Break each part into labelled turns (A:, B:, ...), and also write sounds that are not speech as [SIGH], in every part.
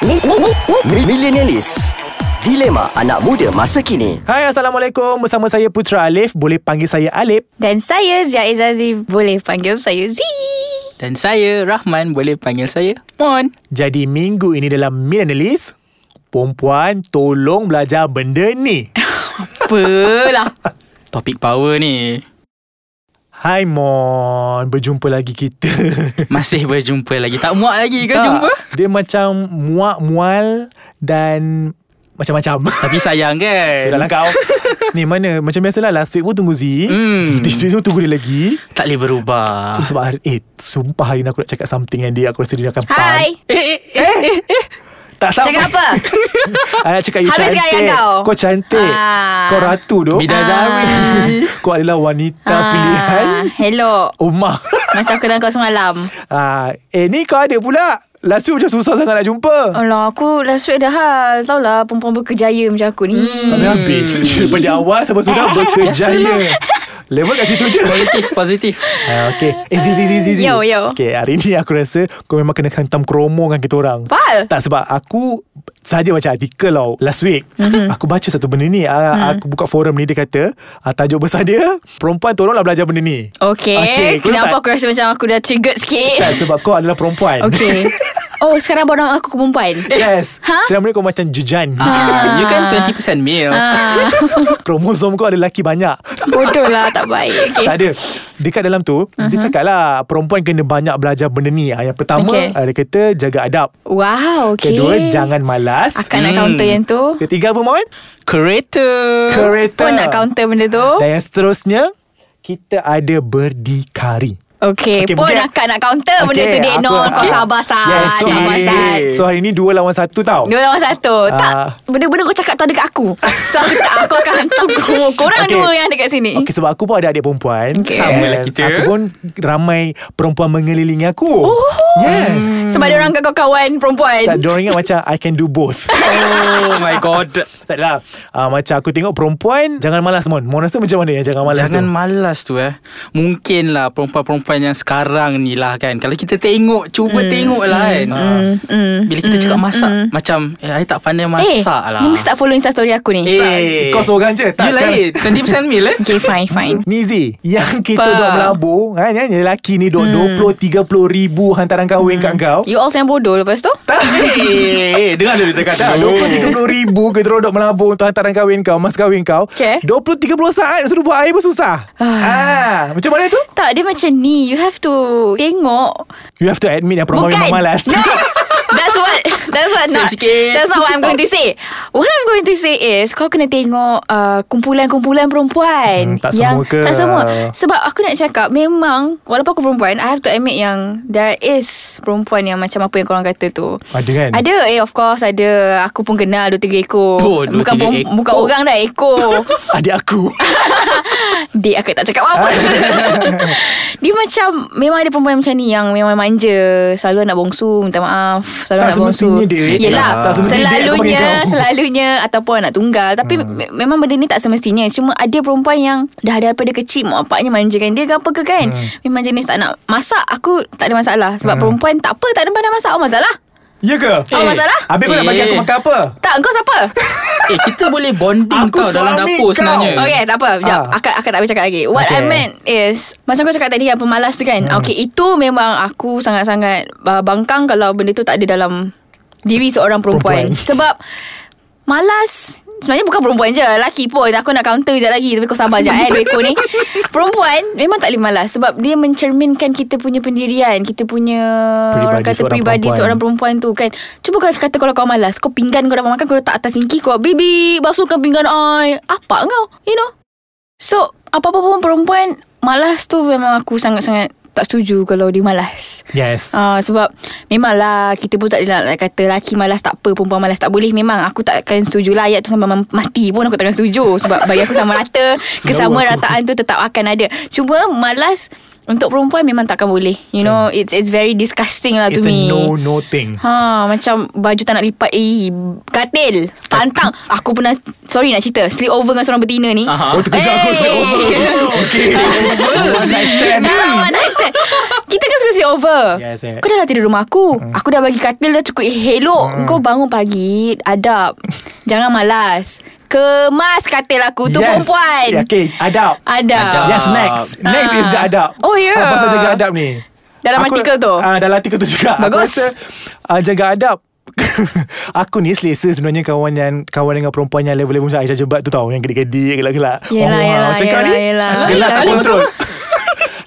A: Mi- mi- mi- Millenialis Dilema anak muda masa kini
B: Hai Assalamualaikum Bersama saya Putra Alif Boleh panggil saya Alif
C: Dan saya Zia Izazi Boleh panggil saya Z
D: Dan saya Rahman boleh panggil saya Mon.
B: Jadi minggu ini dalam Millennialis Perempuan tolong belajar benda ni
C: Apalah
D: Topik power ni.
B: Hai Mon Berjumpa lagi kita
D: Masih [LAUGHS] berjumpa lagi. Tak muak lagi ke
B: Tak,
D: jumpa?
B: [LAUGHS] Dia macam muak-mual Dan
D: [LAUGHS]
B: macam-macam
D: Tapi sayang kan.
B: Sudahlah kau Ni mana Macam biasalah Last week pun tunggu Z
D: Hmm. Ah.
B: This week pun tunggu dia lagi
D: Tak boleh berubah.
B: Tu Sebab hari Eh sumpah hari ni aku nak cakap something dengan dia Aku rasa dia akan pan
C: Hai
D: Eh, eh, eh, eh, eh.
B: Tak sampai
C: Cakap apa?
B: I nak cakap you
C: Habis
B: cantik
C: gaya kau.
B: Kau cantik
C: Ah.
B: Kau ratu tu
D: Bidadari.
B: Kau adalah wanita pilihan
C: Ah, Hello
B: Umar
C: Macam aku dengan kau semalam
B: [LAUGHS] ah, Eh ni kau ada pula Last week macam susah sangat nak jumpa
C: Alah aku last week dah hal Tahu lah perempuan berkejaya macam aku ni
B: Tak habis habis
C: Hmm.
B: [LAUGHS] Daripada awal sampai
C: [LAUGHS]
B: sudah berkejaya Level kat situ je
D: [LAUGHS] Positif, positif.
B: Ah, okay Eh Zizi Zizi Zizi
C: Yo, yo.
B: Okay hari ni aku rasa Kau memang kena hentam kromo dengan kita orang
C: Pal
B: tak sebab aku saja baca artikel tau last week.
C: Mhm.
B: Mm-hmm. Aku baca satu benda ni.
C: Hmm.
B: Mm. Aku buka forum ni dia kata, ah, tajuk besar dia, perempuan tolonglah belajar benda ni.
C: Okay,
B: Okay, kau
C: Kenapa
B: tak-
C: aku rasa macam aku dah triggered sikit
B: [LAUGHS] Tak sebab kau adalah perempuan.
C: Okay Oh sekarang baru aku ke perempuan
B: [LAUGHS]
C: [LAUGHS]
B: Yes.
C: Ha?
B: Selama ni kau macam jejan.
D: Ah, you kan 20% male.
C: ah,
B: Kromosom kau ada lelaki banyak.
C: Bodoh lah tak baik
B: Tak
C: okay.
B: ada Dekat dalam tu uh-huh.
C: Mhm.
B: Dia cakap lah Perempuan kena banyak belajar benda ni Ah, Yang pertama
C: Okay.
B: okay. Dia kata Jaga adab
C: Wow okay.
B: Kedua Jangan Hmm. malas
C: Akan nak counter yang tu
B: Ketiga apa Mon?
D: Kereta.
B: Kereta
C: Pun nak counter benda tu
B: Dan yang seterusnya Kita ada berdikari
C: Okay,
B: Okey,
C: okay pun
B: mungkin-
C: akak nak counter benda tu Dek Nor Kau sabar Sat
B: yes, so,
C: Sabar
B: hari,
C: Sat
B: so hari ni dua lawan satu tau
C: Dua lawan satu Tak
B: Ah.
C: Benda-benda kau cakap tu ada kat aku So aku tak Aku akan hantam kau Korang
B: Okey.
C: dua yang ada kat sini
B: Okay sebab aku pun ada adik perempuan
C: Okey.
D: Sama lah
B: And
D: kita.
B: Aku pun ramai perempuan mengelilingi aku oh. Yes
C: Hmm. Sebab dia orang kawan-kawan perempuan
B: Tak, diorang ingat macam I can do
C: [LAUGHS]
B: both
D: Oh my god.
B: Tak lah uh, Macam aku tengok perempuan Jangan malas Mon Mon rasa macam mana yang jangan malas
D: Jangan
B: tu
D: malas tu eh Mungkin lah Perempuan-perempuan yang sekarang ni lah kan Kalau kita tengok Cuba mm, tengok lah kan mm, Bila kita cakap masak Macam Eh I tak pandai
C: Eh
D: masak lah
C: Ni mesti tak follow instastory aku ni
D: Eh
B: Kau seorang je Tak
D: You lain 20% mil
B: [LAUGHS]
D: eh
C: Okay fine fine
B: Nizi Yang kita
C: Apa?
B: duk melabur kan, kan, Yang lelaki ni duk hmm. 20-30 ribu Hantaran kahwin kat kau
C: You all yang bodoh lepas tu
B: Oh. Tak
D: Eh, eh, dengar dulu dekat
B: Tak, 20-30 ribu ke terodok melabur Untuk hantaran kahwin kau Mas kahwin kau
C: Okay.
B: 20-30 saat Suruh buat air pun susah ah. Macam mana tu?
C: Tak dia macam ni You have to Tengok
B: You have to admit Yang perempuan
C: Bukan
B: memang malas
D: [LAUGHS]
C: No
B: [LAUGHS]
C: That's what That's what
D: Same
C: not,
D: sikit.
C: That's not what I'm going to say What I'm going to say is Kau kena tengok uh, Kumpulan-kumpulan
B: Hmm,
C: perempuan
B: tak
C: yang,
B: semua ke?
C: Tak semua Sebab aku nak cakap Memang Walaupun aku perempuan I have to admit yang There is Perempuan yang macam Apa yang korang kata tu
B: Ada kan?
C: Ada eh of course Ada Aku pun kenal Dua tiga ekor
D: Oh, dua,
C: bukan,
D: tiga
C: perem-
D: ekor.
C: bukan orang dah ekor
D: [LAUGHS]
B: Adik aku
C: Dek aku tak cakap
B: [LAUGHS]
C: apa-apa Dia macam Memang ada perempuan macam ni Yang memang manja Selalu nak bongsu Minta maaf Selalu
B: Tak
C: nak bongsu
B: semestinya, Dek.
C: Yelah
B: Tak semestinya, Dek, aku
C: Selalunya
B: panggil kau. Hmm.
C: Selalunya Ataupun anak tunggal Tapi me- memang benda ni tak semestinya Cuma ada perempuan yang Dah daripada kecil Mak bapaknya manjakan dia ke apa ke kan
B: Hmm.
C: Memang jenis tak nak Masak aku tak ada masalah Sebab perempulan tak apa Tak ada pandai masak Apa masalah
B: Ya ke? [LAUGHS]
C: Apa Oh, masalah?
B: Habis kau nak bagi aku
D: Eh.
B: makan apa?
C: Tak kau
B: [LAUGHS]
C: siapa
D: Eh, kita boleh bonding
B: Aku
D: tau dalam
B: suami
D: dapur
B: kau.
D: sebenarnya.
C: Oh, Okay tak apa Sekejap
B: Ah.
C: akak, akak tak boleh cakap lagi What
B: Okay.
C: I meant is Macam kau cakap tadi Yang pemalas tu kan hmm. Okay itu memang Aku sangat-sangat uh, Bangkang kalau benda tu Tak ada dalam Diri seorang perempuan,
B: Perempuan.
C: perempuan. Sebab Malas Sebenarnya bukan perempuan je Lelaki pun Aku nak counter je lagi Tapi kau sabar je eh Dua
B: [LAUGHS]
C: ekor ni Perempuan Memang tak boleh malas Sebab dia mencerminkan Kita punya pendirian Kita punya
B: Peribadi
C: Orang kata
B: seorang
C: peribadi
B: perempuan.
C: Seorang perempuan tu kan Cuba kau kata Kalau kau malas Kau pinggan kau dah makan Kau letak atas singki kau Baby Basuhkan pinggan I Apa kau You know So Apa-apa pun perempuan Malas tu memang aku sangat-sangat Tak setuju Kalau dia malas
B: Yes
C: Ah, sebab memanglah kita pun tak ada nak, nak kata laki malas tak apa, perempuan malas tak boleh. Memang aku tak akan setuju lah ayat tu sampai mem- mati pun aku
B: [LAUGHS]
C: tak akan setuju. Sebab bagi aku sama rata,
B: Selalu
C: kesama rataan tu tetap akan ada. Cuma malas Untuk perempuan memang takkan boleh You know It's it's very disgusting lah
B: Kan? It's a
C: to me
B: no-no thing
C: Ha macam baju tak nak lipat Eh katil Pantang Aku pernah Sorry nak cerita Sleep over dengan seorang betina ni
D: Aha.
B: Oh terkejut [LAUGHS] aku
C: Hey. [LAUGHS]
B: Step over Okay One night stand
C: Nah, mana Ustaz? Kita kan suka sleep over
B: Yes, Mm-hmm. eh.
C: Kau dah latih di rumah aku Aku dah bagi katil Dah cukup helok
B: Mm-hmm.
C: Kau bangun pagi Adab Jangan malas Kemas katil aku Tu
B: Yes.
C: perempuan
B: Yeah, Okay adab
C: Adab,
D: Adab.
B: Yes next Next
C: Ah.
B: is the adab
C: Oh, yeah.
B: Ah, Pasal jaga adab ni
C: Dalam artikel tu?
B: uh, Dalam artikel tu juga Aku
C: Bagus.
B: rasa uh, Jaga adab [LAUGHS] aku ni selesa sebenarnya kawan yang kawan dengan perempuan yang level-level macam Aisyah jebat tu tau yang gedik-gedik gelak-gelak Oh,
C: Yelah, yelah,
B: macam kau
C: yelah,
B: ni
C: yelah.
B: gelak
D: Yelah,
B: tak kontrol [LAUGHS]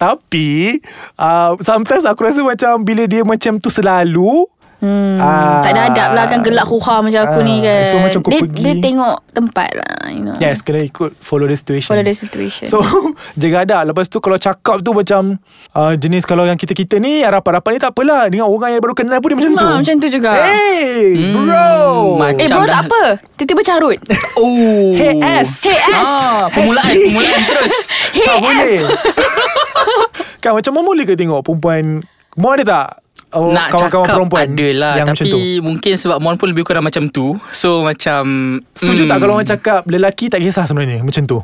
B: tapi uh, sometimes aku rasa macam bila dia macam tu selalu hmm,
C: Tak ada adab lah Kan gelak huha macam aku
B: Ah,
C: ni kan
B: so macam kau
C: dia,
B: pergi-
C: dia tengok tempat lah you know.
B: Yes kena ikut follow the situation
C: Follow the situation.
B: So [LAUGHS] jaga adab Lepas tu kalau cakap tu macam uh, Jenis kalau yang kita-kita ni yang Rapat-rapat ni tak apalah Dengan orang yang baru kenal pun dia macam tu
C: Ah, macam tu juga.
B: Hey
D: Hmm,
B: bro
D: macam
C: Eh bro
D: dah-
C: tak apa Tiba-tiba
B: [LAUGHS]
C: carut
D: Oh
B: Hey S
C: Hey S
D: Ah, permulaan
B: SP.
D: Permulaan terus
C: Hey
B: Tak
C: F [LAUGHS]
B: boleh Kan macam mana boleh ke tengok perempuan Mau ada tak [LAUGHS] oh,
D: Nak
B: Kawan-kawan
D: cakap
B: perempuan
D: adalah
B: Yang
D: Tapi
B: macam tu
D: mungkin sebab Mon pun lebih kurang macam tu So macam
B: Setuju
D: mm,
B: tak kalau orang cakap Lelaki tak kisah sebenarnya Macam
C: [LAUGHS]
B: tu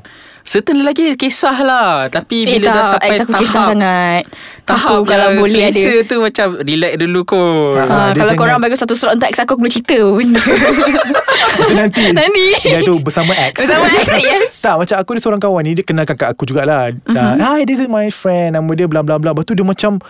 D: Certain lelaki kisah lah Tapi
C: Eh
D: bila dah
C: tak
D: sampai
C: Ex aku
D: tahap
C: kisah sangat
D: Tahap
C: Aku kalau
D: yang
C: boleh ada
D: selesa tu macam Relax dulu kot
B: Ah, dia
C: Ah, kalau
B: jangan-
C: korang bagi satu slot untuk ex aku Aku boleh cerita apa
B: [LAUGHS]
C: benda
B: Tapi nanti
C: Nanti.
B: Dia tu bersama ex
C: Bersama ex, eh? yes.
B: Tak macam aku ni seorang kawan ni Dia kenal kakak aku jugalah
C: Mhm.
B: mm-hmm. Hi this is my friend Nama dia bla bla bla Lepas tu dia macam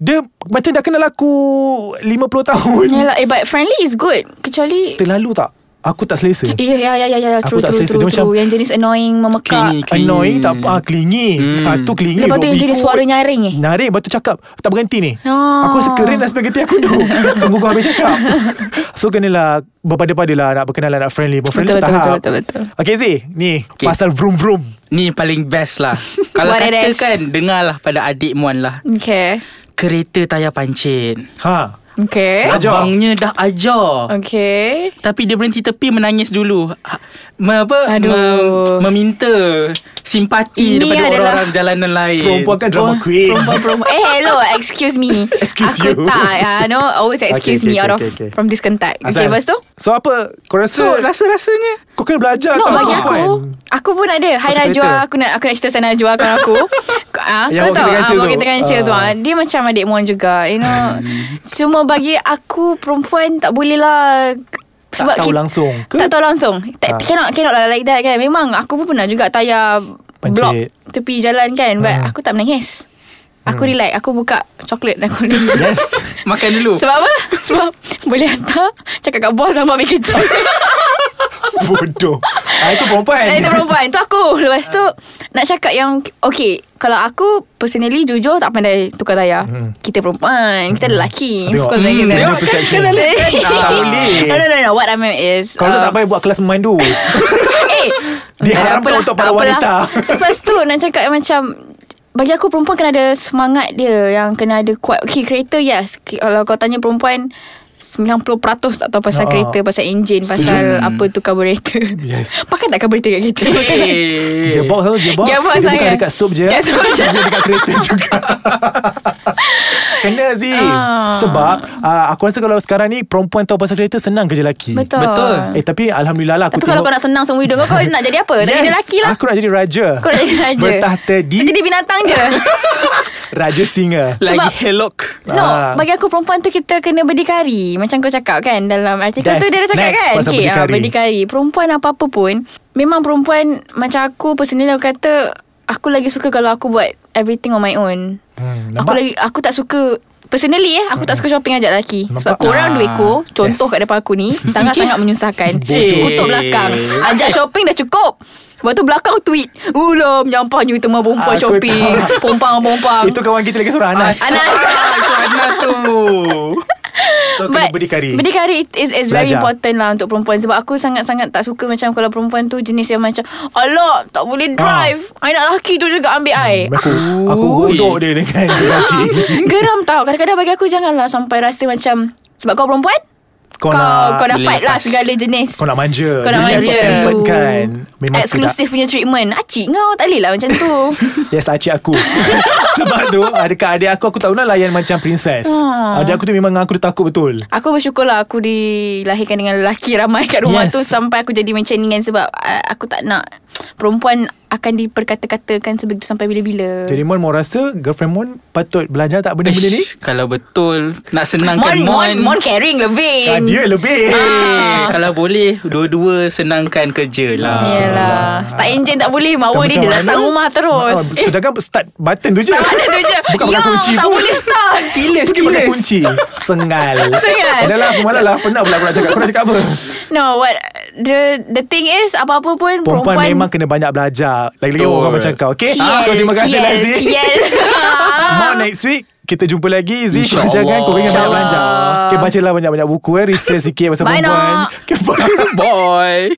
B: Dia macam dah kenal aku 50 tahun
C: Yalah eh but friendly is good Kecuali
B: Terlalu tak Aku tak selesa
C: Ya ya ya ya ya
B: Aku
C: true
B: tak selesa.
C: true true,
B: Dia
C: true.
B: macam-
C: yang jenis annoying memekak.
D: Clingy, clingy.
B: Annoying tak apa ah, Kelingi
D: Hmm.
B: Satu kelingi
C: Lepas tu
B: dua
C: yang jenis
B: berikut.
C: suara nyaring eh.
B: Narik Lepas tu cakap Tak berhenti ni
C: Ah.
B: Aku rasa kering dan spaghetti aku
C: [LAUGHS]
B: tu Tunggu kau habis cakap So kenalah Berpada-pada lah Nak berkenalan Nak friendly Buat friendly
C: Betul, betul,
B: tahap
C: betul, betul, betul.
B: Okay Zee Ni okay.
D: Okay.
B: Pasal vroom vroom
D: Ni paling best
C: [LAUGHS]
D: lah Kalau
C: What it
D: kata
C: is.
D: kan Dengarlah pada adik Muan lah
C: Okay.
D: Kereta tayar pancin
B: Ha
C: Okay.
B: Ajar.
D: Abangnya dah ajar
C: Okay.
D: Tapi dia berhenti tepi menangis dulu. Ha- Me, apa?
C: Aduh.
D: Mem- meminta simpati
C: Ini
D: daripada
C: adalah-
D: orang-orang jalanan lain.
B: Perempuan kan drama
C: Oh,
B: queen
C: Perempuan-perempuan Eh hello Excuse me
B: [LAUGHS] Excuse you.
C: Aku tak uh, No always excuse
B: Okay, okay,
C: me Out
B: okay,
C: of
B: okay, okay.
C: From this contact Okay
B: Azan,
C: lepas tu
B: So apa Kau rasa
D: So, rasa-rasanya
B: Kau kena belajar tau,
C: No
B: Kan?
C: bagi aku
B: perempuan.
C: Aku pun ada Hai
B: Pasal kereta.
C: Najwa Aku nak aku nak cerita pasal Najwa Kawan aku ah,
B: Yang
C: Kau
B: buat kereta
C: tahu ah,
B: kancil
C: Buat
B: tu.
C: kereta kancil tu
B: Ah.
C: ah. Dia macam adik Mon juga You
B: [LAUGHS]
C: know Cuma bagi aku Perempuan tak boleh lah sebab
B: tahu
C: kita-
B: langsung ke?
C: Tak tahu langsung tak,
B: Ah.
C: Cannot, cannot lah like that kan Memang aku pun pernah juga Tayar
B: Pancit.
C: blok Tepi jalan kan
B: Ah.
C: But
B: Hmm.
C: aku tak menangis Aku relax Aku buka coklat dan aku relax
B: Yes
D: [LAUGHS] makan dulu.
C: [LAUGHS] Sebab apa? Sebab boleh hantar Cakap kat bos nampak ambil kerja
B: [LAUGHS] Bodoh ah, Itu perempuan
C: Dan itu perempuan Itu
B: [LAUGHS]
C: aku Lepas tu Nak cakap yang Okay Kalau aku Personally jujur Tak pandai tukar tayar
B: Hmm.
C: Kita perempuan Kita lelaki
B: Tengok.
C: Of course
B: Hmm,
C: hmm, kita
B: tengok perception.
C: Kan, kan, kan.
B: [LAUGHS]
C: [LAUGHS]
B: Tak boleh.
C: No no no no What I meant is
B: Kalau tak tak
C: um,
B: payah buat kelas memandu
C: [LAUGHS] Eh
B: Diharamkan
C: tak apalah,
B: untuk
C: tak
B: para
C: apalah. [LAUGHS]
B: wanita.
C: Lepas tu nak cakap yang macam bagi aku perempuan kena ada semangat dia Yang kena ada kuat Okay kereta yes K- Kalau kau tanya perempuan 90% tak tahu
B: Ah.
C: pasal
B: Hmm.
C: kereta Pasal enjin Pasal apa tu carburetor
B: Yes.
C: [LAUGHS] Pakai tak carburetor kat
B: [LAUGHS]
C: kereta
D: Hey.
B: Gearbox selalu gearbox
C: Gearbox
B: Dia bukan
C: sangat.
B: dekat soap je
C: Gas
B: [LAUGHS] Dia
C: macam
B: bukan dekat kereta
C: [LAUGHS]
B: juga Kena Z
C: Ah.
B: Sebab uh, Aku rasa kalau sekarang ni Perempuan tahu pasal kereta Senang kerja lelaki
C: Betul. Betul.
B: Eh tapi Alhamdulillah lah aku
C: Tapi kalau kau
B: tengok-
C: nak senang semua hidung kau Kau nak jadi apa? Nak jadi lelaki lah
B: Aku nak jadi raja
C: Kau nak jadi raja
B: Bertahta di
C: Jadi binatang je
B: [LAUGHS] Raja singa
D: Lagi
C: sebab-
D: helok.
C: No
B: Ah.
C: Bagi aku perempuan tu Kita kena berdikari Macam kau cakap kan Dalam artikel
B: Yes,
C: tu Dia dah cakap
B: next
C: kan
B: pasal
C: ah,
B: berdikari.
C: Berdikari Perempuan apa-apa pun Memang perempuan Macam aku personally Aku kata Aku lagi suka Kalau aku buat Everything on my own
B: Hmm,
C: Aku
B: nampak? Hmm.
C: lagi Aku tak suka Personally eh Aku tak suka shopping ajak lelaki
B: Nampak?
C: Sebab korang
D: Ah,
C: dua ekor Contoh
B: yes.
C: kat depan aku ni
B: [LAUGHS]
C: Sangat-sangat menyusahkan
D: Bodoh.
C: Kutuk belakang Ajak shopping dah cukup Lepas tu belakang tweet Ulam nyampahnya teman perempuan
B: Aku
C: shopping
B: tak.
C: Pompang-pompang
B: [LAUGHS] Itu kawan kita lagi seorang Anas
C: Anas
D: Aku Ah, Anas tu.
B: So kena berdikari
C: Berdikari it is, is very
B: Belajar.
C: important lah Untuk perempuan Sebab aku sangat-sangat tak suka Macam kalau perempuan tu Jenis yang macam Alah tak
B: Ah.
C: boleh drive I nak lelaki tu juga ambil I
B: Aku Aku
C: Oh,
D: Ui.
B: hodok dia dengan Pakcik
C: Geram tau Kadang-kadang bagi aku Janganlah sampai rasa macam Sebab [LAUGHS] kau perempuan
B: Kau
C: kau,
B: nak-
C: kau dapat
D: boleh
C: lah
D: lepas.
C: segala jenis
B: Kau nak manja
C: Kau nak
B: Dia
C: manja.
B: treatment kan Memang
C: Exclusive punya treatment Acik kau tak boleh lah macam tu
B: [LAUGHS] tidak Yes acik
C: [LAUGHS]
B: aku Sebab tu ah, Dekat adik aku Aku tak pernah layan macam princess
C: Oh.
B: Adik aku tu memang Aku dah takut betul
C: Aku bersyukur lah Aku dilahirkan dengan lelaki ramai kat rumah
B: Yes.
C: yes. tu Sampai aku jadi macam ni kan Sebab uh, aku tak nak Perempuan akan diperkata-katakan Sebegitu sampai bila-bila
B: Jadi Mon mau rasa Girlfriend Mon Patut belajar tak benda-benda ni
D: Ish, Kalau betul Nak senangkan
C: Mon, Mon, Mon
D: Mon,
C: caring lebih
B: ah, Dia lebih
D: Eh,
C: Ah.
D: Kalau boleh Dua-dua senangkan kerja lah
C: Ya. Yelah Ah, Start engine tak boleh
B: Ah. Tak
C: Mawa dia
B: macam
C: dia datang
B: mana.
C: rumah terus
B: Ah, Sedangkan start button tu je
C: Tak [LAUGHS] ada tu je
B: Bukan
C: Ya
B: pakai kunci
C: tak
B: pun.
C: boleh start
D: Kilis
B: Pergi pakai kunci Sengal
C: Sengal.
B: Dah lah aku malas lah Penat pula aku nak cakap Kau nak cakap apa
C: No what The the thing is Apa-apa pun
B: Perempuan,
C: Perempuan,
B: memang kena banyak belajar Lagi-lagi
D: Betul.
B: orang macam kau Okay
C: Ciel,
B: So terima kasih
C: ciel,
B: Lazi
C: Ciel
B: [LAUGHS] More next week Kita jumpa lagi Zee
D: InsyaAllah.
B: Jangan kau ingat banyak
C: InsyaAllah.
B: belajar Okay bacalah banyak-banyak buku eh Research sikit pasal [LAUGHS]
C: Bye,
B: perempuan
C: nak.
B: Okay bye
D: Boy